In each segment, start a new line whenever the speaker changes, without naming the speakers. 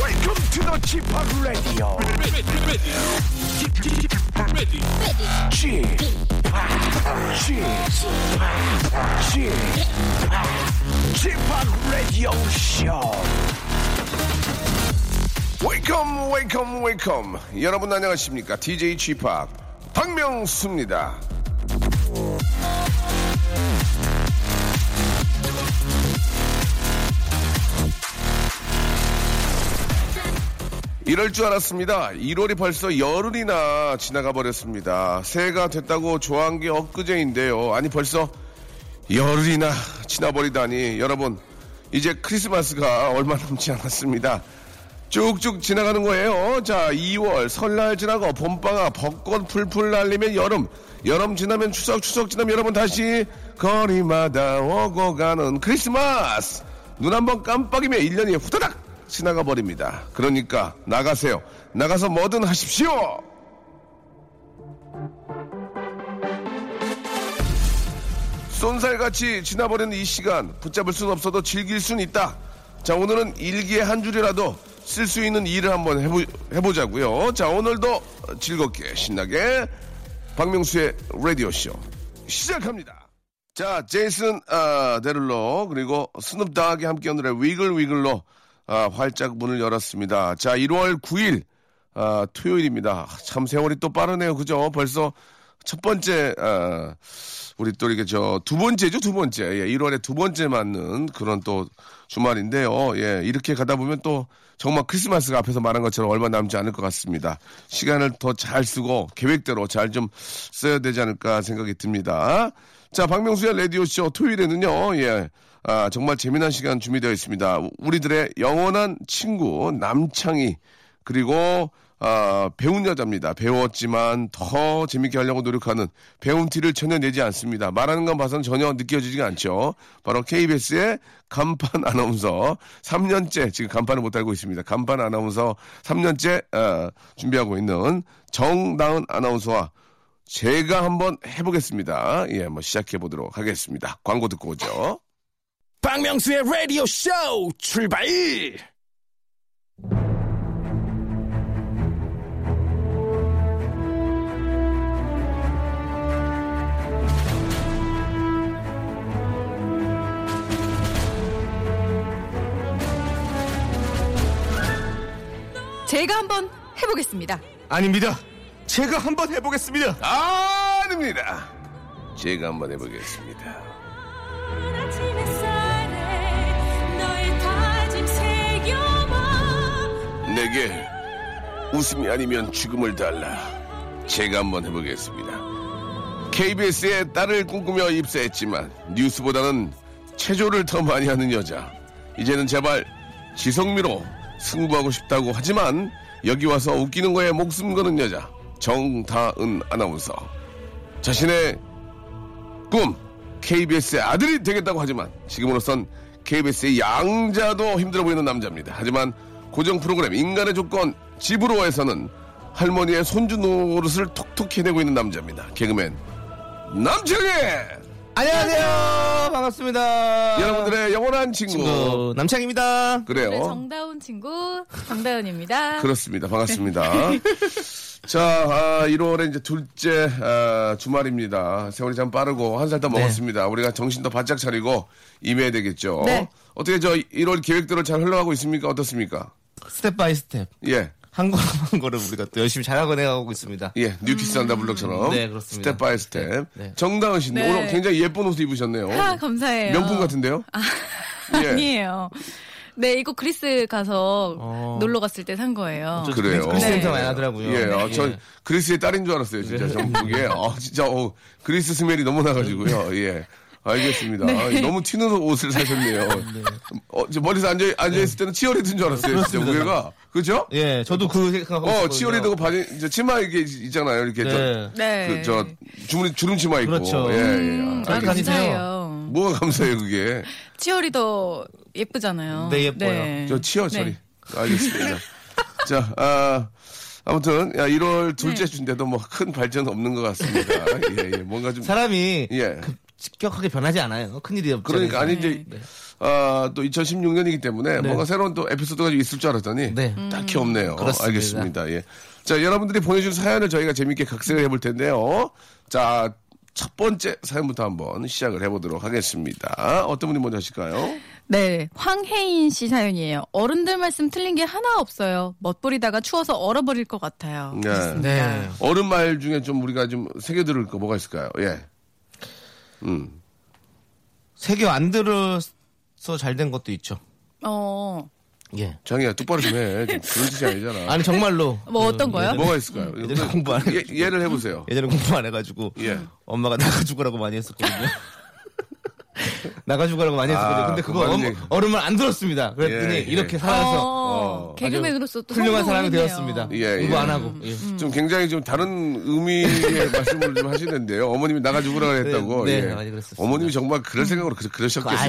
Welcome to the g p o p Radio. g p g p g p Radio Show.
웨이컴 웨이컴 웨이컴 여러분 안녕하십니까 DJ g p o p 박명수입니다 이럴 줄 알았습니다. 1월이 벌써 열흘이나 지나가 버렸습니다. 새해가 됐다고 좋아한 게 엊그제인데요. 아니 벌써 열흘이나 지나버리다니 여러분 이제 크리스마스가 얼마 남지 않았습니다. 쭉쭉 지나가는 거예요. 자, 2월 설날 지나고 봄방아 벚꽃 풀풀 날리면 여름, 여름 지나면 추석, 추석 지나면 여러분 다시 거리마다 오고 가는 크리스마스. 눈 한 번 깜빡이면 1년이 후다닥 지나가 버립니다. 그러니까 나가세요. 나가서 뭐든 하십시오. 쏜살같이 지나버린 이 시간 붙잡을 순 없어도 즐길 순 있다. 자 오늘은 일기에 한 줄이라도 쓸 수 있는 일을 한번 해보, 해보자고요. 자 오늘도 즐겁게 신나게 박명수의 라디오 쇼 시작합니다. 자 제이슨 아, 데룰로 그리고 스눕 다하게 함께한 노래 위글 위글로 아, 활짝 문을 열었습니다. 자 1월 9일 아, 토요일입니다. 참 세월이 또 빠르네요. 그죠? 벌써 첫 번째 아, 우리 또 이렇게 저 두 번째죠 두 번째 예, 1월에 두 번째 맞는 그런 또 주말인데요 예 이렇게 가다 보면 또 정말 크리스마스가 앞에서 말한 것처럼 얼마 남지 않을 것 같습니다 시간을 더 잘 쓰고 계획대로 잘 좀 써야 되지 않을까 생각이 듭니다 자 박명수의 라디오 쇼 토요일에는요 예 아, 정말 재미난 시간 준비되어 있습니다 우리들의 영원한 친구 남창희 그리고 아, 배운 여자입니다. 배웠지만 더 재밌게 하려고 노력하는 배운 티를 전혀 내지 않습니다. 말하는 건 봐서는 전혀 느껴지지가 않죠. 바로 KBS의 간판 아나운서 3년째 지금 간판을 못 달고 있습니다. 간판 아나운서 3년째 아, 준비하고 있는 정다은 아나운서와 제가 한번 해보겠습니다. 예, 한번 시작해 보도록 하겠습니다. 광고 듣고 오죠.
박명수의 Radio Show 출발.
제가 한번 해보겠습니다.
아닙니다. 제가 한번 해보겠습니다.
아닙니다. 제가 한번 해보겠습니다. 내게 웃음이 아니면 죽음을 달라. 제가 한번 해보겠습니다. KBS의 딸을 꿈꾸며 입사했지만 뉴스보다는 체조를 더 많이 하는 여자. 이제는 제발 지성미로 승부하고 싶다고 하지만 여기 와서 웃기는 거에 목숨 거는 여자. 정다은 아나운서. 자신의 꿈 KBS의 아들이 되겠다고 하지만 지금으로선 KBS의 양자도 힘들어 보이는 남자입니다. 하지만 고정 프로그램 인간의 조건 집으로에서는 할머니의 손주 노릇을 톡톡 해내고 있는 남자입니다. 개그맨 남창희
안녕하세요. 반갑습니다.
여러분들의 영원한 친구,
친구 남창입니다.
그래요.
네, 정다운 친구 정다운입니다.
어? 그렇습니다. 반갑습니다. 자, 아, 1월에 이제 둘째 아, 주말입니다. 세월이 참 빠르고 한 살 더 먹었습니다. 우리가 정신도 바짝 차리고 임해야 되겠죠.
네.
어떻게 저 1월 계획대로 잘 흘러가고 있습니까? 어떻습니까?
스텝 바이 스텝.
예.
한 걸음 한 걸음 우리가 또 열심히 잘하고 내가고 있습니다.
예, 뉴키스 한다 블록처럼
네, 그렇습니다.
스텝 바이 스텝.
네.
정다은 씨
네.
오늘 굉장히 예쁜 옷을 입으셨네요.
아, 감사해요.
어? 명품 같은데요? 예.
아니에요. 네, 이거 그리스 가서
어.
놀러 갔을 때 산 거예요.
저
그래요.
그리스
네.
냄새 많이 나더라고요.
예, 아,
네.
저
네.
그리스의 딸인 줄 알았어요, 진짜. 전국에. 아, 진짜, 어, 그리스 스멜이 너무 나가지고요, 예. 알겠습니다. 아, 너무 튀는 옷을 사셨네요. 어, 이제 머리서 앉아, 앉아있을 때는 치어리드인 줄 알았어요. 진짜 무게가. 그죠?
예, 저도 그 생각하고
어,
있었거든요.
치어리드고 바지, 이제 치마 이게 있잖아요. 이렇게
네.
네.
저, 그, 저, 주름, 주름 치마 있고.
그렇죠.
예, 예.
음,
아,
아,
알겠습니다.
감사해요.
뭐가 감사해요, 그게.
치어리더 예쁘잖아요.
네, 예뻐요.
저 치어 처리.
네.
알겠습니다. 자, 아, 아무튼 야, 1월 둘째 주인데도 뭐 큰 발전 없는 것 같습니다. 예, 예. 뭔가
그-
좀
사람이
예.
급격하게 변하지 않아요. 큰일이 없죠.
그러니까 아니 이제
네.
아, 또 2016년이기 때문에 뭔가 새로운 또 에피소드가 좀 있을 줄 알았더니
네.
딱히 없네요.
그렇습니다.
알겠습니다. 예. 자, 여러분들이 보내준 사연을 저희가 재밌게 각색을 해볼 텐데요. 자, 첫 번째 사연부터 한번 시작을 해보도록 하겠습니다. 어떤 분이 먼저 하실까요?
네, 황혜인 씨 사연이에요. 어른들 말씀 틀린 게 하나 없어요. 멋부리다가 추워서 얼어버릴 것 같아요.
네.
그렇습니다.
네.
어른 말 중에 좀 우리가 좀 새겨 들을 거 뭐가 있을까요? 예. 음.
세계 안 들어서 잘 된 것도 있죠.
어,
예.
장이야 똑바로 좀 해. 좀 그런 짓이 아니잖아.
아니 정말로
뭐 어떤 거요?
음, 예전에-
뭐가 있을까요?
예전에 공부 안
예,
해가지고
예를 해보세요.
예전에 공부 안 해가지고
예.
엄마가 나가 죽으라고 많이 했었거든요. 나가 죽으라고 많이 했었거든요.
아,
근데 그거
그건
얼음,
얘기-
얼음을 안 들었습니다. 그랬더니
예, 예.
이렇게 살아서
어,
어,
개그맨으로서 또
훌륭한 사람이
성공을 했네요.
되었습니다.
예,
공부
예.
안 하고. 예.
좀 굉장히 좀 다른 의미의 말씀을 좀 하시는데요. 어머님이 나가지 보라 그랬다고.
네,
예.
네, 많이 그랬었습니다.
어머님이 정말 그럴 생각으로 그-
그거
그러셨겠습니까?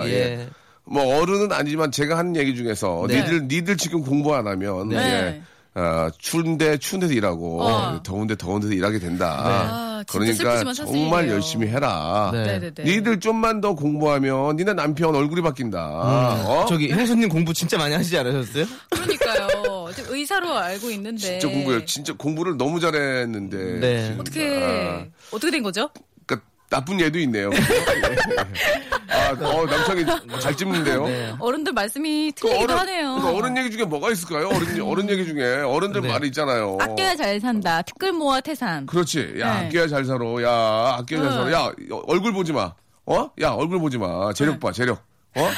알죠? 예.
예. 뭐 어른은 아니지만 제가 하는 얘기 중에서
네.
니들 니들 지금 공부 안 하면
네.
예, 아, 추운데 추운 데서 일하고
어.
더운데 더운 데서 일하게 된다.
아, 진짜
그러니까
슬프지만 사실이에요.
정말 열심히 해라.
네.
네, 네, 네.
니들 좀만 더 공부하면 니네 남편 얼굴이 바뀐다. 어?
음. 저기 형수님 공부 진짜 많이 하시지 않으셨어요? 그
그러니까요. 지금 의사로 알고 있는데.
진짜 공부해요. 진짜 공부를 너무 잘했는데.
네.
지금,
네. 어떻게
아,
그, 어떻게 된 거죠?
그러니까 나쁜 예도 있네요. 예. 아, 어, 남창이 잘 찝는데요.
네.
어른들 말씀이
그
틀리기도 하네요. 음.
그 어른 얘기 중에 뭐가 있을까요? 어른, 어른 얘기 중에. 어른들
네.
말이 있잖아요.
아껴야 잘 산다. 티끌 모아 태산.
그렇지. 야,
네.
아껴야 잘 살아. 야, 아껴야 잘 살아. 야, 어, 얼굴 보지 마. 어? 야, 얼굴 보지 마.
네.
재력 봐, 재력. 어?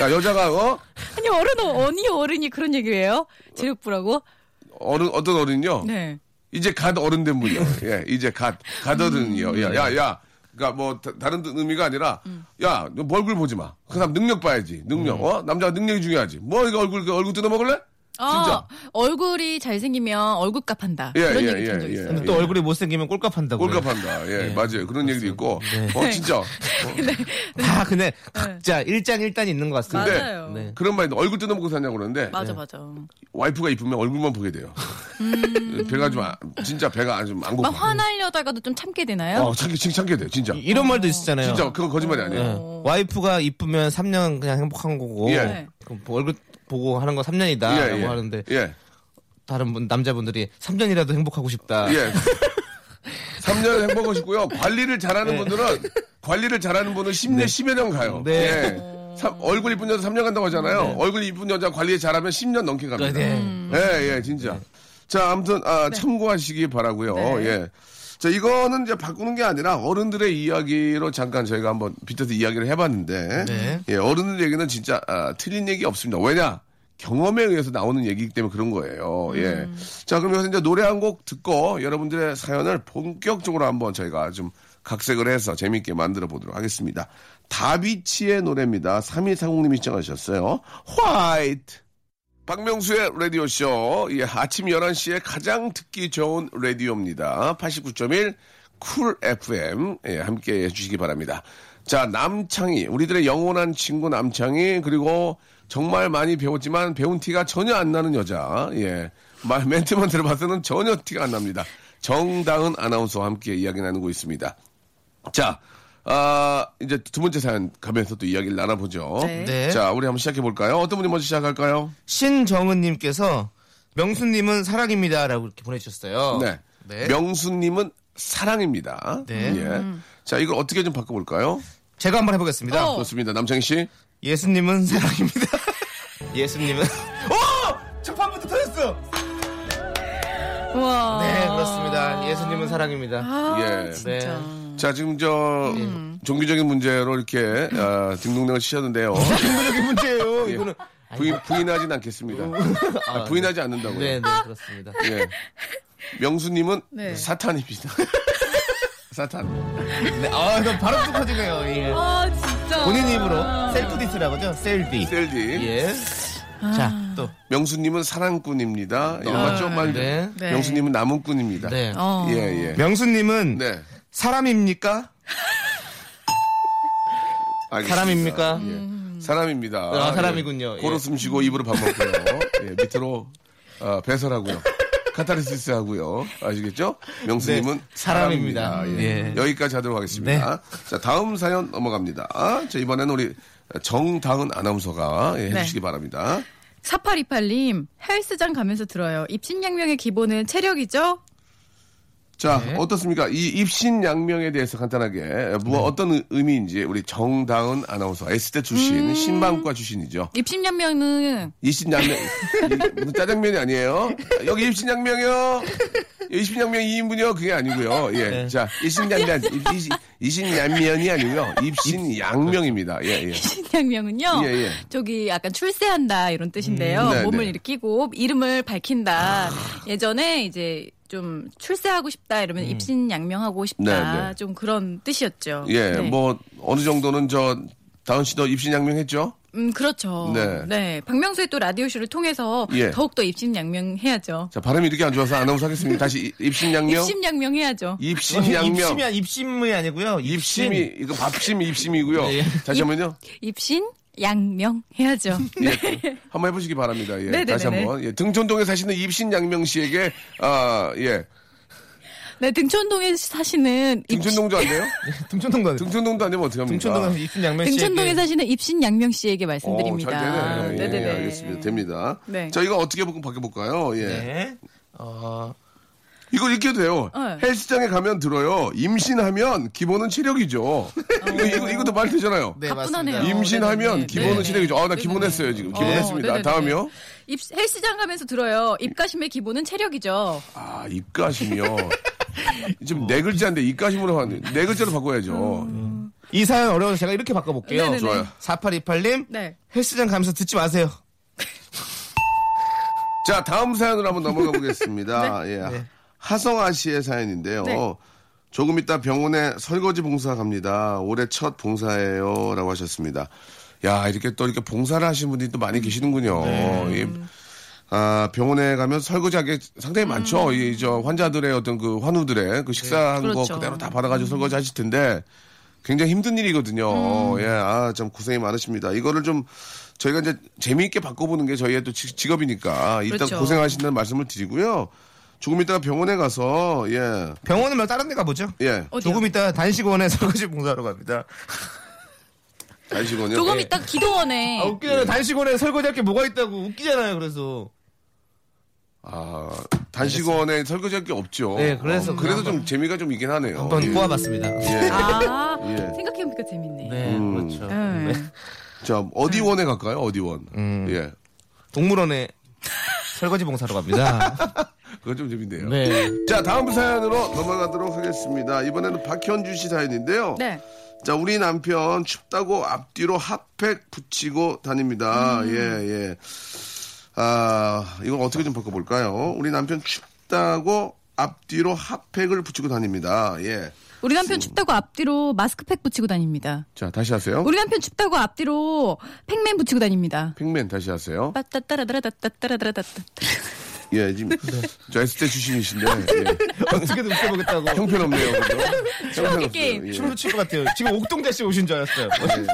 야, 여자가, 어?
아니 어른 어- 어니 어른이 그런 얘기를 해요? 재력부라고?
어른, 어떤 어른이요?
네.
이제 갓 어른 된 분이요. 예, 이제 갓, 갓
음.
어른이요. 야, 야, 야. 그니까 뭐, 다, 다른 의미가 아니라,
음.
야, 너뭐 얼굴 보지 마. 그 사람 능력 봐야지. 능력. 어? 남자가 능력이 중요하지. 뭐, 이거 얼굴, 그 얼굴 뜯어 먹을래? 진짜.
아, 얼굴이 잘생기면 얼굴값 한다.
예,
그런
예,
얘기
예,
들은 적
예.
있어요.
근데 또 얼굴이 못생기면 꼴값 한다고.
꼴값한다. 예, 맞아요. 그런 얘기도 있고. 어, 진짜.
다 근데 각자 일장일단이 있는 것 같습니다.
근데
네. 맞아요.
네.
그런 말인데 얼굴 뜯어먹고 사냐고 그러는데
맞아, 맞아.
어. 와이프가 이쁘면 얼굴만 보게 돼요.
음.
배가 좀 아- 진짜 배가 좀 안
막
고파.
화나려다가 도좀 참게 되나요?
어, 참게 참게 돼. 진짜.
네.
어.
이런 말도 있었잖아요.
진짜 그건 거짓말이 아니에요.
예. 와이프가 이쁘면 3년 그냥 행복한 거고
예.
네.
그럼 뭐 얼굴 보고 하는 건 아, 3년이다라고 하는데
예.
다른 분 남자분들이 3년이라도 행복하고 싶다.
예. 3년 행복하고 싶고요. 관리를 잘하는 분들은 관리를 잘하는 분은 10년 10여 년 가요.
예. 네.
예. 삼- 얼굴 이쁜 여자 3년 간다고 하잖아요. 얼굴 이쁜 여자 관리 잘하면 10년 넘게 갑니다.
네.
예, 예, 진짜. 자, 아무튼 아, 참고하시기 바라고요.
네.
예. 자, 이거는 이제 바꾸는 게 아니라 어른들의 이야기로 잠깐 저희가 한번 빗대서 이야기를 해봤는데,
네.
예, 어른들 얘기는 진짜 아, 틀린 얘기 없습니다. 왜냐? 경험에 의해서 나오는 얘기이기 때문에 그런 거예요. 예. 자, 그럼 여기서 이제 노래 한 곡 듣고 여러분들의 사연을 본격적으로 한번 저희가 좀 각색을 해서 재밌게 만들어 보도록 하겠습니다. 다비치의 노래입니다. 3240님이 시청하셨어요. 화이트! 박명수의 라디오쇼. 예, 아침 11시에 가장 듣기 좋은 라디오입니다. 89.1 쿨 FM. 예, 함께 해주시기 바랍니다. 자, 남창희. 우리들의 영원한 친구 남창희. 그리고 정말 많이 배웠지만 배운 티가 전혀 안 나는 여자. 예. 말, 멘트만 들어봐서는 전혀 티가 안 납니다. 정다은 아나운서와 함께 이야기 나누고 있습니다. 자, 아, 이제 두 번째 사연 가면서 또 이야기를 나눠보죠.
네.
네.
자, 우리 한번 시작해 볼까요? 어떤 분이 먼저 시작할까요?
신정은님께서 명수님은 사랑입니다라고 이렇게 보내주셨어요.
네.
네.
명수님은 사랑입니다.
네.
예. 자, 이걸 어떻게 좀 바꿔볼까요?
제가 한번 해보겠습니다.
어.
좋습니다. 남창희 씨.
예수님은 사랑입니다. 예수님은
아.
오 첫판부터 터졌어.
우와.
네 그렇습니다. 예수님은 사랑입니다. 네.
아,
예.
진짜.
자, 지금 저
음.
종교적인 문제로 이렇게 아, 등등등을 치셨는데요.
종교적인 문제예요.
예.
이거는 음.
부인, 부인하진 않겠습니다. 아, 부인하지 않는다고요.
네, 네네
아.
그렇습니다.
예. 명수님은
네.
사탄입니다.
사탄. 네, 아, 이거 바로 뚝 터지네요. 예.
아 진짜.
본인 입으로 셀프 디스라고 하죠? 셀디.
셀디.
예.
아.
자, 또.
명수님은 사랑꾼입니다. 이거 좀 많이.
네.
네.
명수님은 나무꾼입니다.
네.
어.
예, 예.
명수님은
네.
사람입니까?
알겠습니다.
사람입니까?
예. 사람입니다.
아, 사람이군요.
예. 코로
예.
숨 쉬고 입으로 밥 먹고요. 예, 밑으로 어, 배설하고요. 카타르시스 하고요. 아시겠죠? 명수님은
네, 사람입니다. 네.
예.
예.
여기까지 하도록 하겠습니다. 자, 다음 사연 넘어갑니다. 자, 이번에는 우리 정다은 아나운서가 예, 해주시기 바랍니다.
4828님 헬스장 가면서 들어요. 입신양명의 기본은 체력이죠?
자,
네.
어떻습니까? 이 입신양명에 대해서 간단하게 무엇
네.
어떤 의- 의미인지 우리 정다은 아나운서 S대 출신 신방과 출신이죠.
입신양명은
입신양명 이- 무슨 짜장면이 아니에요. 여기 입신양명이요. 입신양명 2인분이요. 그게 아니고요. 예. 자, 입신양면 입신양면이 아니고요. 입신양명입니다. 예, 예.
입신양명은요.
예, 예.
저기 약간 출세한다 이런 뜻인데요.
음, 네,
몸을
네. 아.
일으키고 이름을 밝힌다. 예전에 이제 좀 출세하고 싶다 이러면 입신양명하고 싶다.
음. 네, 네.
좀 그런 뜻이었죠.
예,
네.
뭐 어느 정도는 저 다은 씨도 입신양명 했죠?
음, 그렇죠.
네.
네. 박명수의 또 라디오쇼를 통해서
예.
더욱더 입신양명 해야죠.
자, 발음이 이렇게 안 좋아서 아나운서 하겠습니다. 다시 이- 입신양명
입신양명 해야죠.
입신양명
어, 입심이, 아니- 입심이 아니고요. 입심.
입심이 이거 밥심이 입심이고요.
예.
다시 한번요.
입신양명 해야죠.
예. 한번 해보시기 바랍니다. 예.
네네네네.
다시 한번. 예. 등촌동에 사시는 입신양명 씨에게 아 예.
네, 등촌동에 사시는 입-
등촌동도 안 돼요?
등촌동관.
등촌동도 안 되면 어떻게 합니까?
등촌동관 입신양면 씨.
등촌동에 사시는 입신양명 씨에게 말씀드립니다.
잘 되네. 예,
네네네.
예, 알겠습니다. 됩니다.
네.
자, 이거 어떻게 바- 바꿔볼까요? 예.
네. 어,
이거 이렇게 돼요.
네.
헬스장에 가면 들어요. 임신하면 기본은 체력이죠. 이거, 이거, 이것도 말 되잖아요.
네,
어. 가뿐하네요.
맞습니다.
임신하면
네네네.
기본은
네네.
체력이죠. 아, 나
네네네.
기본했어요, 지금. 기본했습니다.
네네네.
다음이요.
입, 헬스장 가면서 들어요. 입가심의 기본은 체력이죠.
아, 입가심이요. 지금 네 글자인데 입가심으로 하는데 네 글자로
음,
바꿔야죠.
이 사연 어려워서 제가 이렇게 바꿔볼게요.
네네네.
좋아요.
4828님.
네.
헬스장 가면서 듣지 마세요.
자, 다음 사연으로 한번 넘어가 보겠습니다. 예. 하성아 씨의 사연인데요.
네.
조금 있다 병원에 설거지 봉사 갑니다. 올해 첫 봉사예요. 라고 하셨습니다. 야, 이렇게 또 이렇게 봉사를 하시는 분들이 또 많이 계시는군요.
네.
이, 아, 병원에 가면 설거지하기 상당히 많죠. 이, 저, 환자들의 어떤 그 환우들의 그 식사한 거
음. 그렇죠.
그대로 다 받아가지고 설거지 하실 텐데 굉장히 힘든
음.
일이거든요. 예, 아, 참 고생이 많으십니다. 이거를 좀 저희가 이제 재미있게 바꿔보는 게 저희의 또 직- 직업이니까 일단
그렇죠.
고생하신다는 말씀을 드리고요. 조금 이따가 병원에 가서, 예,
병원은 말고 다른 데 가보죠.
예,
어디요?
조금 있다 단식원에 설거지 봉사하러 갑니다.
잘시거든요.
조금
예.
있다 기도원에.
아, 웃기잖아요. 단식원에 설거지할 게 뭐가 있다고 웃기잖아요. 그래서
아, 단식원에 설거지할 게 없죠.
네, 그래서
어, 그래도
그냥
좀 재미가 좀 있긴 하네요.
한번
예.
꼬아봤습니다.
예.
아,
예.
생각해보니까 재밌네.
네, 그렇죠.
음.
네.
자, 어디 원에 갈까요? 어디 원?
음.
예.
동물원에 설거지 봉사하러 갑니다.
그건 좀 재밌네요.
네.
자, 다음 사연으로 넘어가도록 하겠습니다. 이번에는 박현주 씨 사연인데요.
네.
자, 우리 남편 춥다고 앞뒤로 핫팩 붙이고 다닙니다.
음.
예, 예. 아, 이건 어떻게 좀 바꿔볼까요? 우리 남편 춥다고 앞뒤로 핫팩을 붙이고 다닙니다. 예.
우리 남편 춥다고 앞뒤로 마스크팩 붙이고 다닙니다.
자, 다시 하세요.
우리 남편 춥다고 앞뒤로 팩맨 붙이고 다닙니다.
팩맨 다시 하세요.
아, 빠따따라따라따따따라따따.
예, 지금
네.
저 S대 출신이신데 예.
어떻게든 웃겨보겠다고.
형편없네요. 그죠? 형편없어요.
게임.
예.
춤도 출 것 같아요. 지금 옥동자 씨 오신 줄 알았어요.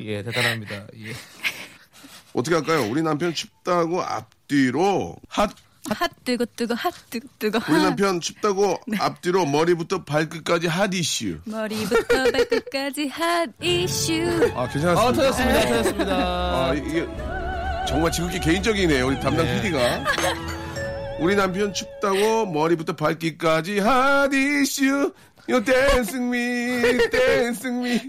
예, 대단합니다. 예.
어떻게 할까요? 우리 남편 춥다고 앞뒤로 핫
핫 뜨거 뜨거 핫 뜨거 뜨거
우리
핫.
남편 춥다고
네.
앞뒤로 머리부터 발끝까지 핫 이슈.
머리부터 발끝까지 핫 이슈.
아,
아,
괜찮았습니다.
터졌습니다. 터졌습니다.
아, 이게 정말 지극히 개인적이네요. 우리 담당 PD가. 우리 남편 춥다고 머리부터 발끝까지 핫 이슈. 요 댄스미 댄스미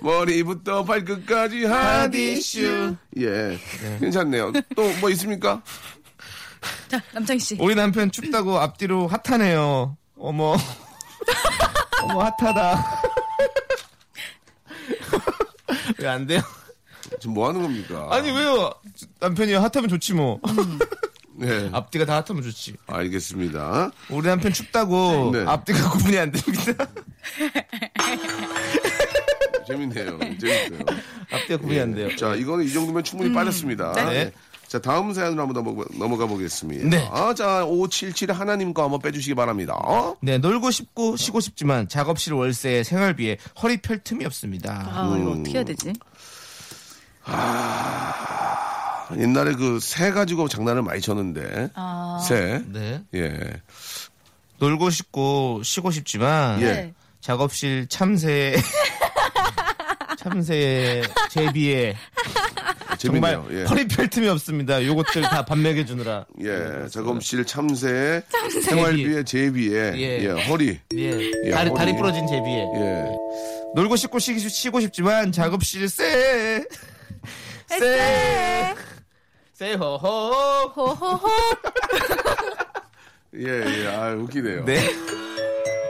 머리부터 발끝까지 핫 이슈 예 괜찮네요 또 뭐 있습니까
자, 남창희 씨.
우리 남편 춥다고 앞뒤로 핫하네요. 어머. 어머, 핫하다. 왜 안 돼요?
지금 뭐 하는 겁니까
아니, 왜요? 남편이 핫하면 좋지 뭐.
네.
앞뒤가 다 핫하면 좋지.
알겠습니다.
우리 남편 춥다고
네.
앞뒤가 구분이 안 됩니다.
재밌네요. 재밌어요.
앞뒤가 구분이 안 돼요.
자, 이거는 이 정도면 충분히 빠졌습니다.
네.
자, 다음 사연으로 한번 넘어가, 넘어가 보겠습니다.
네.
아, 자, 577 하나님 거 한번 빼주시기 바랍니다. 어?
네, 놀고 싶고 쉬고 싶지만 작업실 월세 생활비에 허리 펼 틈이 없습니다.
아, 이거 어떻게 해야
음.
되지?
옛날에 그 새 가지고 장난을 많이 쳤는데.
아.
새.
네.
예.
놀고 싶고 쉬고 싶지만
예.
작업실 참새 참새 제비에 정말
재밌네요. 예.
아, 허리 펼 틈이 없습니다. 요것들 다 밥 먹여 주느라.
예. 작업실 참새에 생활비에 제비에
예.
예. 허리.
예.
예,
다리 다리
허리.
부러진 제비에.
예.
놀고 싶고 쉬, 쉬고 싶지만 작업실 쎄. 쎄. 쎄호호.
호호호.
예, 예. 아, 웃기네요.
네.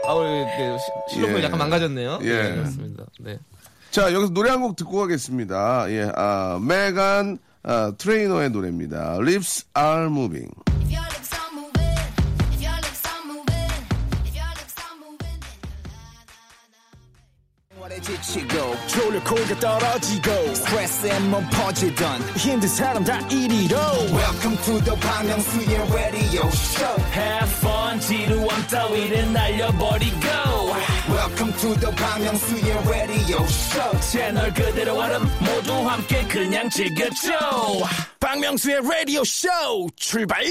아우, 네. 시- 실력을
예.
약간 망가졌네요.
예.
네, 그렇습니다. 네.
자, 여기서 노래 한 곡 듣고 가겠습니다. 예. 아, 메간 아, 트레이너의 노래입니다. Lips are moving.
If your lips are moving, if your lips are moving, if your lips are moving, then you're la la la.
지치고, 졸려 코가 떨어지고, 스트레스에 몸 퍼지던, 힘든 사람 다 이리로. welcome to the Bang Myung-soo's radio show
Have fun 지루함 따위를 날려버리고
welcome to the Bang Myung-soo's radio show
채널 그대로 와름 모두 함께 그냥 즐겨줘
박명수의 라디오 쇼 출발!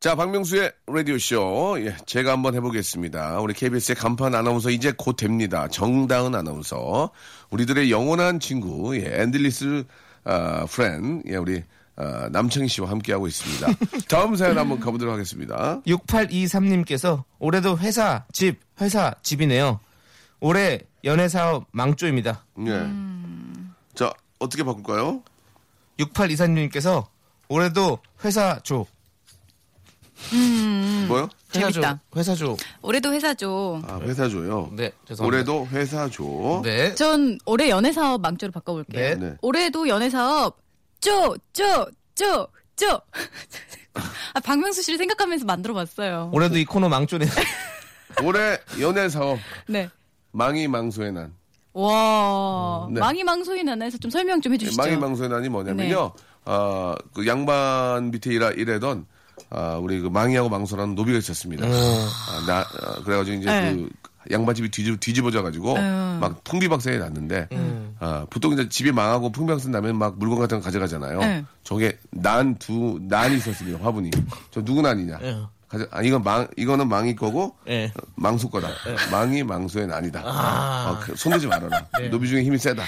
자, 박명수의 라디오쇼. 예, 제가 한번 해보겠습니다. 우리 KBS의 간판 아나운서 이제 곧 됩니다. 정다은 아나운서. 우리들의 영원한 친구, 예, 앤들리스, 아, 프렌, 예, 우리, 아, 남창희 씨와 함께하고 있습니다. 다음 사연 한번 가보도록 하겠습니다.
6823님께서 올해도 회사, 집, 회사, 집이네요. 올해 연애 사업 망조입니다.
예. 자, 어떻게 바꿀까요?
6823님께서 올해도 회사 줘.
뭐요?
회사 줘.
재밌다.
회사 줘.
올해도 회사 줘.
아, 회사 줘요.
네, 죄송합니다.
올해도 회사
어?
줘.
네.
전 올해 연애 사업 망조로 바꿔볼게요.
네.
네.
올해도 연애 사업 쪼, 쪼, 쪼, 쪼. 아, 박명수 씨를 생각하면서 만들어봤어요.
올해도 이 코너 망조네요.
올해 연애 사업,
네.
망이 망소의 난.
와,
네.
망이망소인 하나에서 좀 설명 좀 해주시죠. 네.
망이망소의 난이 뭐냐면요. 아, 그 양반 밑에 일하, 일하던 아, 우리 그 망이하고 망소라는 노비가 있었습니다.
음.
아, 나, 아, 그래가지고 이제
네.
그 양반집이 뒤집, 뒤집어져가지고 막 풍비박산이 났는데
음.
아, 보통 이제 집이 망하고 풍비박산 나면 막 물건 같은 거 가져가잖아요.
네.
저게 난 두 난이 있었습니다. 화분이. 저 누구 난이냐?
네.
가져, 아, 이건 망, 이거는 망이 거고
네. 아.
어, 망소 거다. 망이 망소의 난이다. 어, 그 손대지 말아라. 노비 중에 힘이 세다.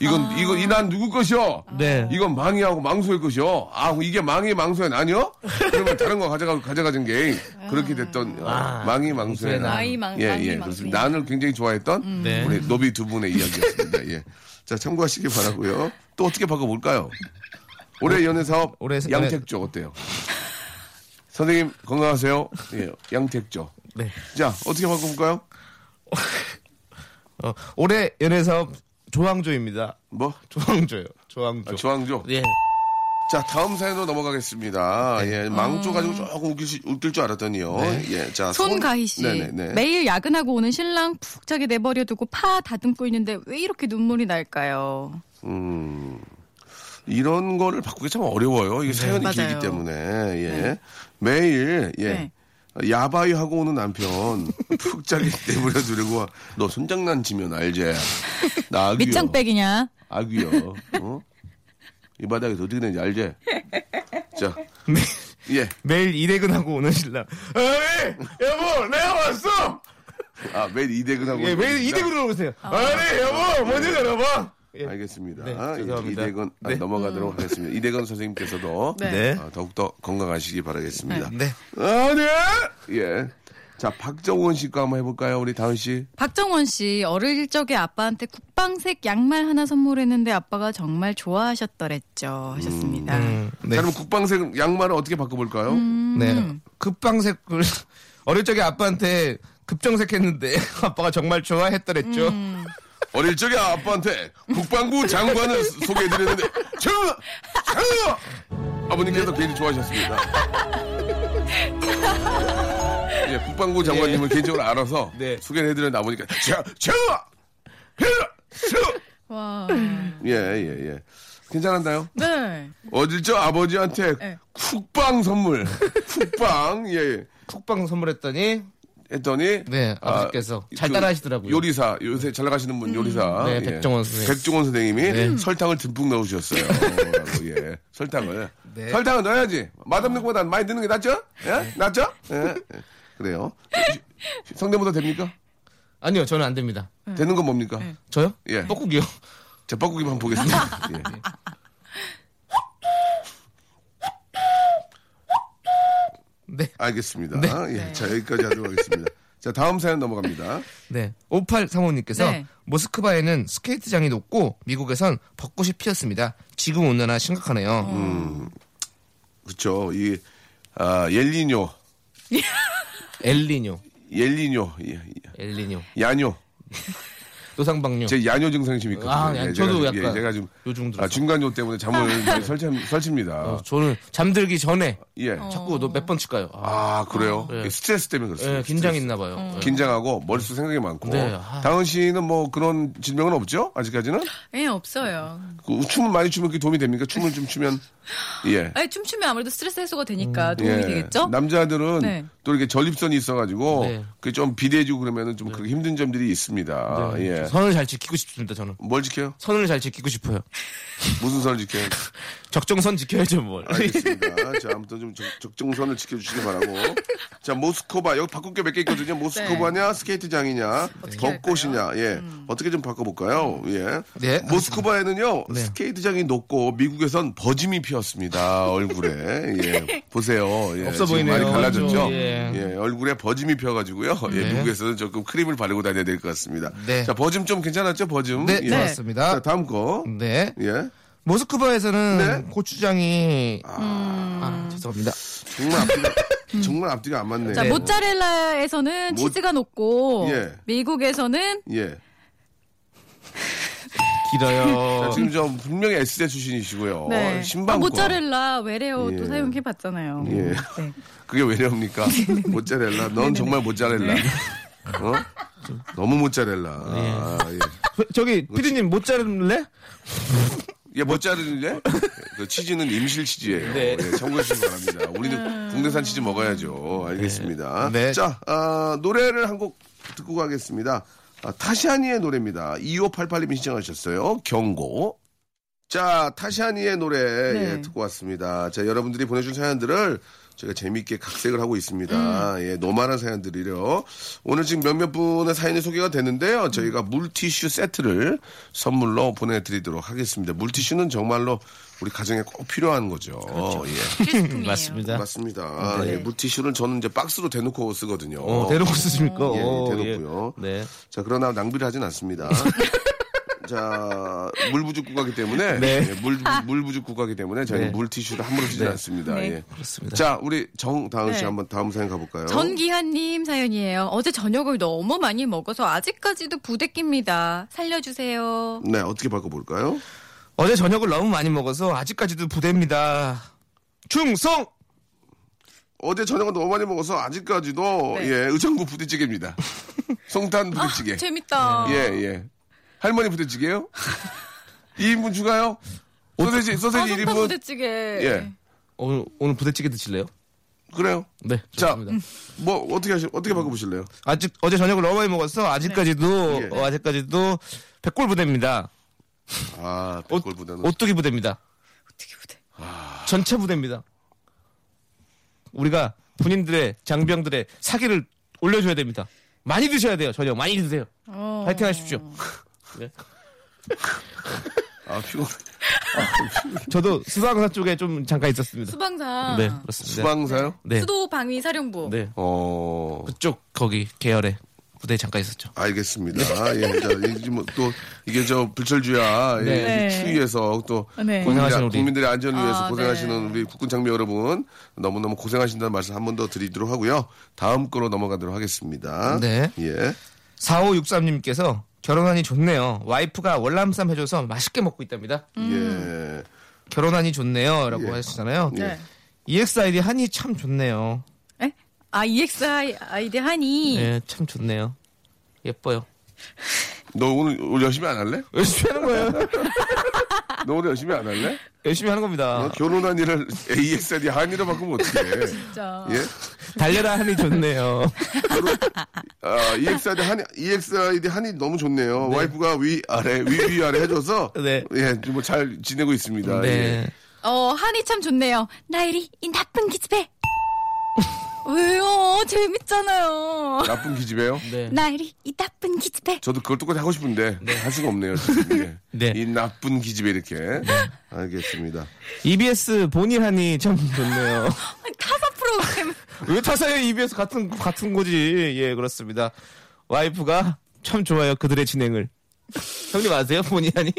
이건
아.
이거 이 난 누구 것이요?
네.
이건 망이하고 망소의 것이요. 아 이게 망이 망소의 난이요? 그러면 다른 거 가져가 가져가진 게 그렇게 됐던 어, 망이 망소의
아. 망소의 난.
난.
망이 망-
예,
망이
예.
망소의
그렇습니다.
난.
난을 굉장히 좋아했던
네.
우리 노비 두 분의 이야기였습니다. 예. 자 참고하시기 바라고요. 또 어떻게 바꿔볼까요? 올해 연애 사업
올해 사-
양택조 어때요? 선생님 건강하세요. 예, 양택조.
네.
자 어떻게 바꿔볼까요?
어, 올해 연애 사업 조항조입니다.
뭐?
조항조요. 조항조.
아, 조항조.
예.
자, 다음 사연으로 넘어가겠습니다.
네. 음.
예, 망조 가지고 조금 웃길, 수- 웃길 줄 알았더니요. 예, 자.
손가희 씨.
네네네.
매일 야근하고 오는 신랑 푹 자게 내버려두고 파 다듬고 있는데 왜 이렇게 눈물이 날까요?
이런 거를 바꾸기 참 어려워요. 이게 사연이
네, 맞아요.
길기 때문에. 예. 매일, 예.
네.
야바이 하고 오는 남편 푹 자게 내버려 두려고 너 손장난 치면 알제 나 아귀요
밑장빼기냐?
아귀요 어? 이 바닥에서 어떻게 되는지 알제 자예
매일 일해근하고 오는 신랑. 아니, 여보, 내가 왔어!
아, 매일 이대근하고.
예, 매일 이대근으로 오세요. 아니, 여보, 먼저 열어봐! 예.
알겠습니다.
네,
예,
죄송합니다.
이대근 아,
네.
넘어가도록 하겠습니다. 이대근 선생님께서도
네.
아, 더욱더 건강하시기 바라겠습니다.
네.
아, 네. 예. 자, 박정원 씨과 한번 해볼까요? 우리 다은 씨.
박정원 씨 어릴 적에 아빠한테 국방색 양말 하나 선물했는데 아빠가 정말 좋아하셨더랬죠 하셨습니다.
네.
자, 그럼 국방색 양말을 어떻게 바꿔볼까요?
네. 급방색을 어릴 적에 아빠한테 급정색했는데 아빠가 정말 좋아했더랬죠.
어릴 적에 아빠한테 국방부 장관을 소개해드렸는데, 저! 저! 아버님께서
네.
괜히 좋아하셨습니다. 예, 국방부 장관님은 개인적으로 알아서
네.
소개를 해드려 나보니까 자, 자, 자,
와.
예, 예, 예. 괜찮았나요?
네.
어질저 아버지한테
네.
국방 선물, 국방, 예, 예.
쿡방 선물했더니
했더니 그
네, 아버지께서 잘 따라하시더라고요.
요리사 요새 잘 나가시는 분 요리사 예.
네, 백종원 선생님.
백종원 선생님이
네.
설탕을 듬뿍 넣으셨어요. 라고, 예, 설탕을 설탕을 넣어야지 맛없는 것보다 많이 넣는 게 낫죠? 예, 낫죠? 예. 예. 그래요. 성대모사 됩니까?
아니요 저는 안 됩니다.
되는 건 뭡니까?
저요?
예.
뻐꾸기요.
제 뻐꾸기만 한번 보겠습니다. 예.
네.
알겠습니다.
네.
예, 자 여기까지 하도록 하겠습니다. 자 다음 사연 넘어갑니다.
네. 5835님께서
네.
모스크바에는 스케이트장이 높고 미국에선 벚꽃이 피었습니다. 지금 온난화 심각하네요. 음.
그렇죠. 이 아, 옐리뇨,
엘리뇨.
옐리뇨, 예, 예.
엘리뇨.
야뇨.
노상방뇨.
제 야뇨 증상심이 있거든요.
아, 야- 저도
제가, 지금-
약간
예, 제가 지금
요즘 들어서.
아, 중간요 때문에 잠을 이제 설치, 설치입니다.
어, 저는 잠들기 전에
예.
자꾸 너 몇 번 칠까요? 아,
아 그래요?
예.
예, 스트레스 때문에 그렇습니다.
예, 긴장 있나 봐요. 예.
긴장하고 머릿속 생각이 많고.
네, 아.
다은 씨는 뭐 그런 질병은 없죠? 아직까지는?
예, 없어요.
그 춤을 많이 추면 그게 도움이 됩니까? 춤을 좀 추면 예.
아니, 춤추면 아무래도 스트레스 해소가 되니까 도움이
예.
되겠죠?
남자들은
네.
또 이렇게 전립선이 있어가지고
네.
그 좀 비대해지고 그러면은 좀 그렇게 힘든 점들이 있습니다. 예.
네. 선을 잘 지키고 싶습니다. 저는
뭘 지켜요?
선을 잘 지키고 싶어요.
무슨 선을 지켜요?
적정선 지켜야죠 뭘.
알겠습니다. 자, 아무튼 좀 적, 정선을 지켜주시기 바라고. 자, 모스코바. 여기 바꿀 게 몇 개 있거든요.
네.
모스코바냐, 스케이트장이냐, 벚꽃이냐. 예. 어떻게 좀 바꿔볼까요? 예.
음. 네,
모스코바에는요,
네.
스케이트장이 높고, 미국에선 버짐이 피었습니다. 얼굴에. 예. 보세요. 예.
없어
지금 많이
보이네요.
갈라졌죠?
좀, 예.
예, 얼굴에 버짐이 펴가지고요. 예,
네.
미국에서는 조금 크림을 바르고 다녀야 될 것 같습니다.
네.
자, 버짐 좀 괜찮았죠? 버짐.
네,
예.
좋았습니다.
자, 다음 거.
네.
예.
모스크바에서는
네.
고추장이 아, 죄송합니다.
정말 앞뒤가, 정말 앞뒤가 안 맞네요.
자, 모짜렐라에서는
모-
치즈가 녹고
예.
미국에서는
예.
길어요.
지금 저 분명히 S대 어, 출신이시고요.
네. 아,
신방
모짜렐라 외래어도
예.
사용해 봤잖아요.
예.
네.
그게 왜냐입니까? 모짜렐라. 넌 정말 모짜렐라.
네.
어? 너무 모짜렐라.
네.
아, 예.
저기 피디님 못 자를래?
예, 모짜렐라? 그 치즈는 임실 치즈예요.
네.
예, 참고해주시기 바랍니다. 우리는 국내산 치즈 먹어야죠. 알겠습니다.
네.
자, 아, 노래를 한 곡 듣고 가겠습니다. 아, 타샤니의 노래입니다. 2588님이 신청하셨어요. 경고. 자, 타샤니의 노래
네.
예, 듣고 왔습니다. 자, 여러분들이 보내준 사연들을 제가 재미있게 각색을 하고 있습니다.
음.
예, 노만한 사연들이요. 오늘 지금 몇몇 분의 사연이 소개가 됐는데요. 저희가
음.
물티슈 세트를 선물로 보내드리도록 하겠습니다. 물티슈는 정말로 우리 가정에 꼭 필요한 거죠.
그렇죠.
예,
필수품이에요.
맞습니다.
맞습니다. 예, 물티슈는 저는 이제 박스로 대놓고 쓰거든요.
네. 어, 대놓고 쓰십니까?
예,
어,
대놓고요.
예. 네.
자, 그러나 낭비를 하진 않습니다. 자, 물 부족 국가기 때문에
네.
예, 물, 물 부족 국가기 때문에 저희는
네.
물 티슈를 함부로 쓰지 않습니다. 예.
그렇습니다.
자, 우리 정다은 씨
네.
한번 다음 사연 가볼까요?
전기한님 사연이에요. 어제 저녁을 너무 많이 먹어서 아직까지도 부대낍니다. 살려주세요.
네, 어떻게 바꿔볼까요?
어제 저녁을 너무 많이 먹어서 아직까지도 부대입니다. 충성!
어제 저녁은 너무 많이 먹어서 아직까지도
네.
예, 의정부 부대찌개입니다. 송탄 부대찌개.
재밌다.
예, 예. 할머니 부대찌개요? 2인분 추가요? 소세지, 소세지
아,
1인분?
파 부대찌개.
예.
오늘, 오늘 부대찌개 드실래요?
그래요?
네.
자,
좋습니다.
뭐, 어떻게 하시, 어떻게 바꿔보실래요?
아직, 어제 저녁을 너무 많이 먹어서 아직까지도,
네.
어, 아직까지도 백골 부대입니다.
아,
옷,
백골보다는.
오뚜기 부대입니다. 아.
어떻게 그 부대?
전체 부대입니다. 우리가 군인들의, 장병들의 사기를 올려줘야 됩니다. 많이 드셔야 돼요, 저녁. 많이 드세요.
어.
파이팅 하십시오.
아, 피곤해.
네. 저도 수방사 쪽에 좀 잠깐 있었습니다.
수방사.
네, 그렇습니다.
수방사요?
네.
수도 방위 사령부.
네.
어,
그쪽, 거기, 계열의 부대에 잠깐 있었죠.
알겠습니다.
네.
예, 자, 이게 뭐 또, 이게 저 불철주야, 예,
네.
이 추위에서 또,
네.
고생하시는 우리.
국민들의 안전을 위해서
아,
고생하시는
네.
우리 국군 장병 여러분, 너무너무 고생하신다는 말씀 한 번 더 드리도록 하고요. 다음 거로 넘어가도록 하겠습니다.
네.
예.
음.
4563님께서 결혼하니 좋네요. 와이프가 월남쌈 해줘서 맛있게 먹고 있답니다.
예.
결혼하니 좋네요라고
예.
하시잖아요.
네.
EXID 한이 참 좋네요.
에? 아 EXI 아이디 하니
예, 참 좋네요. 예뻐요.
너 오늘, 오늘 열심히 안 할래?
열심히 하는 거예요.
너 오늘 열심히 안 할래?
열심히 하는
너
겁니다.
결혼한 일을 ASL이 한이로 바꾸면 어떡해.
진짜
예?
달려라 한이 좋네요.
아, EXID 한이, EXID 한이 너무 좋네요. 와이프가 위, 아래, 위, 위, 아래 해줘서.
네.
예, 뭐 잘 지내고 있습니다.
네.
예.
어 한이 참 좋네요 나일이 이 나쁜 기집애 왜요 재밌잖아요
나쁜 기집애요?
네.
나일이 이 나쁜 기집애
저도 그걸 똑같이 하고 싶은데. 할 수가 없네요. 지금. 예.
네.
이 나쁜 기집애 이렇게. 알겠습니다.
EBS E 본의 한이 참 좋네요.
타사 프로그램
왜 타사요? EBS 같은 같은 거지. 예, 그렇습니다. 와이프가 참 좋아요. 그들의 진행을. 형님 아세요? 본의 한이?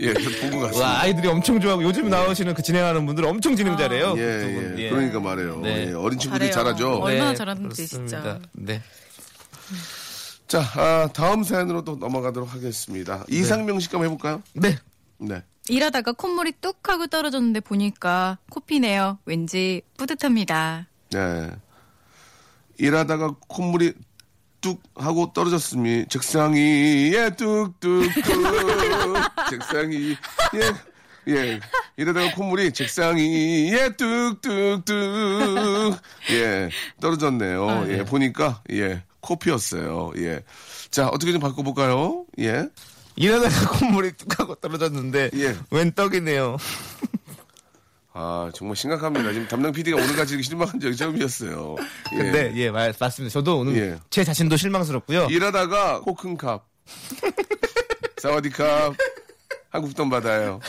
예, 본것 같습니다.
와 아이들이 엄청 좋아하고 요즘 나오시는 그 진행하는 분들 엄청 진행 잘해요.
예,
그 두 분.
예. 그러니까 말해요.
네.
예, 어린 친구들이
잘해요.
잘하죠.
어, 얼마나 잘하는지 진짜.
그렇습니다. 네.
자, 아, 다음 사연으로 또 넘어가도록 하겠습니다. 이상명 씨가 한번 해볼까요?
네.
네.
일하다가 콧물이 뚝 하고 떨어졌는데 보니까 코피네요 왠지 뿌듯합니다
네. 일하다가 콧물이 뚝 하고 떨어졌으니 책상 위에 뚝뚝뚝 책상 위에 예 이러다가 콧물이 책상 위에 뚝뚝뚝 예 떨어졌네요 예 보니까 예 코피였어요 예 자 어떻게 좀 바꿔볼까요 예
일하다가 콧물이 뚝 하고 떨어졌는데
예.
웬 떡이네요.
아, 정말 심각합니다. 지금 담당 PD가 오늘까지 실망한 적이 처음이었어요. 예.
근데 예, 말- 맞습니다. 저도 오늘
예.
제 자신도 실망스럽고요.
일하다가 코큰 컵. 사와디캅. 한국 돈 받아요.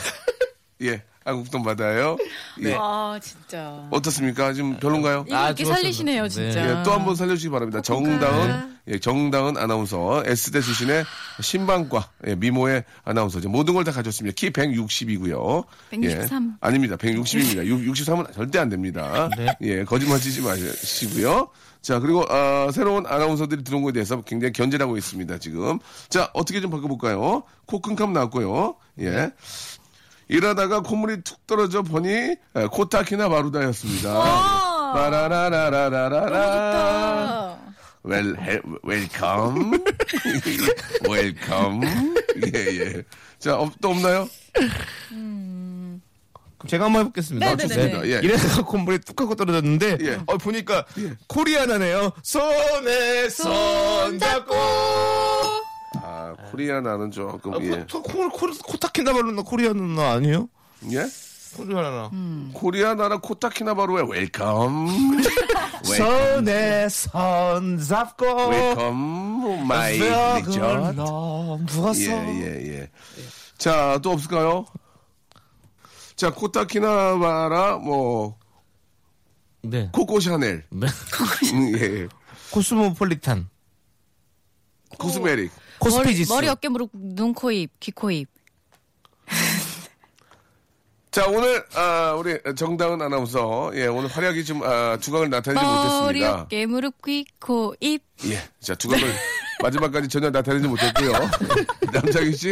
예, 한국 돈 받아요. 예.
아 진짜
어떻습니까? 지금 별론가요?
이거
아,
이렇게
죽었어요.
살리시네요 진짜
예, 또 한 번 살려주시기 바랍니다. 정다은, 예, 정다은 아나운서, S대 출신의 신방과 예, 미모의 아나운서죠. 모든 걸 다 가졌습니다. 키 160이고요. 예,
163.
아닙니다. 160입니다. 63은 절대 안 됩니다. 예, 거짓말 치지 마시고요. 자, 그리고 아, 새로운 아나운서들이 들어온 거에 대해서 굉장히 견제를 하고 있습니다. 지금. 자, 어떻게 좀 바꿔볼까요? 코큰캄 나왔고요. 예. 일하다가 콧물이 툭 떨어져 보니 에, 코타키나 마루다였습니다. 아. 바라라라라라라.
아,
웰, 헬, 웰컴. 웰컴. 예, 예. 자, 없, 또 없나요?
그럼 제가 한번 해보겠습니다.
네,
아, 좋습니다. 예.
이래서 콧물이 뚝 하고 떨어졌는데
예.
어, 보니까 코리아나네요. 손에 손 잡고
아, 코리아나는 조금, 예.
코타키나발루나 코리아나 아니에요?
예?
코리아나
음.
코리아나라 코타키나바루의 웰컴.
손에 손 잡고
웰컴, 마이
벽을
리전.
넘어서
예, 예, 예. 자, 또 없을까요? 자, 코타키나바라, 뭐,
네.
코코 샤넬.
네.
음, 예.
코스모폴리탄
코스메릭.
어.
코스피지스
머리 어깨 무릎 눈 코 입 귀 코 입
자, 오늘, 아, 우리 정다은 아나운서. 예, 오늘 활약이 좀, 아, 두각을 나타내지
머리
못했습니다.
어깨 무릎 귀 코 입
예. 자, 두각을 마지막까지 전혀 나타내지 못했고요. 남창희 씨.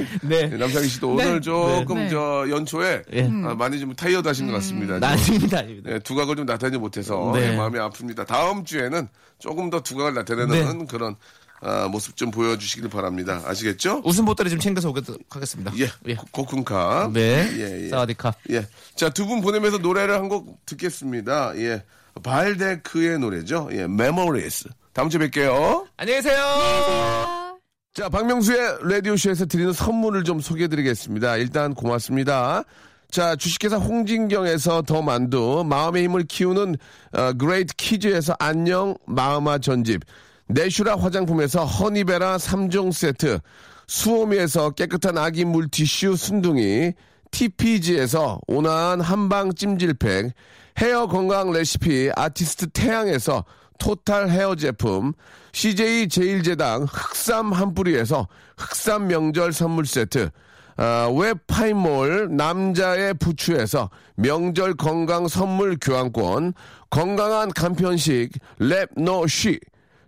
네.
예, 남창희 씨도 오늘 조금
네. 음.
저 연초에
예. 음.
아, 많이 좀 타이어드 하신 것 같습니다.
나
지금.
아닙니다 아닙니다
예, 두각을 좀 나타내지 못해서
네.
예, 마음이 아픕니다. 다음 주에는 조금 더 두각을
네.
나타내는 그런 아, 모습 좀 보여주시길 바랍니다. 아시겠죠?
웃음 보따리 좀 챙겨서 오겠- 가겠습니다
예, 코쿤카.
네
예, 예.
사와디캅
예. 자, 두 분 보내면서 노래를 한 곡 듣겠습니다. 예. 발데크의 노래죠. 예. Memories. 다음 주에 뵐게요.
안녕히 계세요
자, 박명수의 라디오쇼에서 드리는 선물을 좀 소개해 드리겠습니다. 일단 고맙습니다. 자, 주식회사 홍진경에서 더 만두, 마음의 힘을 키우는 어, 그레이트 키즈에서 안녕 마음아 전집, 내슈라 화장품에서 허니베라 3종 세트, 수오미에서 깨끗한 아기 물티슈 순둥이, TPG에서 온화한 한방 찜질팩, 헤어 건강 레시피 아티스트 태양에서 토탈 헤어 제품, CJ 제일제당 흑삼 한 뿌리에서 흑삼 명절 선물 세트, 아, 웹파이몰 남자의 부추에서 명절 건강 선물 교환권, 건강한 간편식 랩노쉬,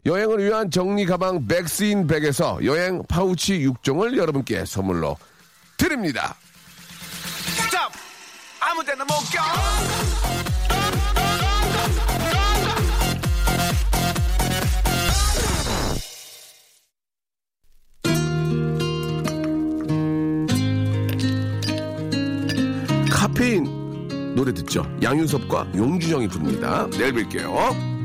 여행을 위한 정리 가방 백스인 백에서 여행 파우치 6종을 여러분께 선물로 드립니다.
Stop! 아무데나 못 가.
카페인 노래 듣죠. 양윤섭과 용준영이 부릅니다. 내일 뵐게요.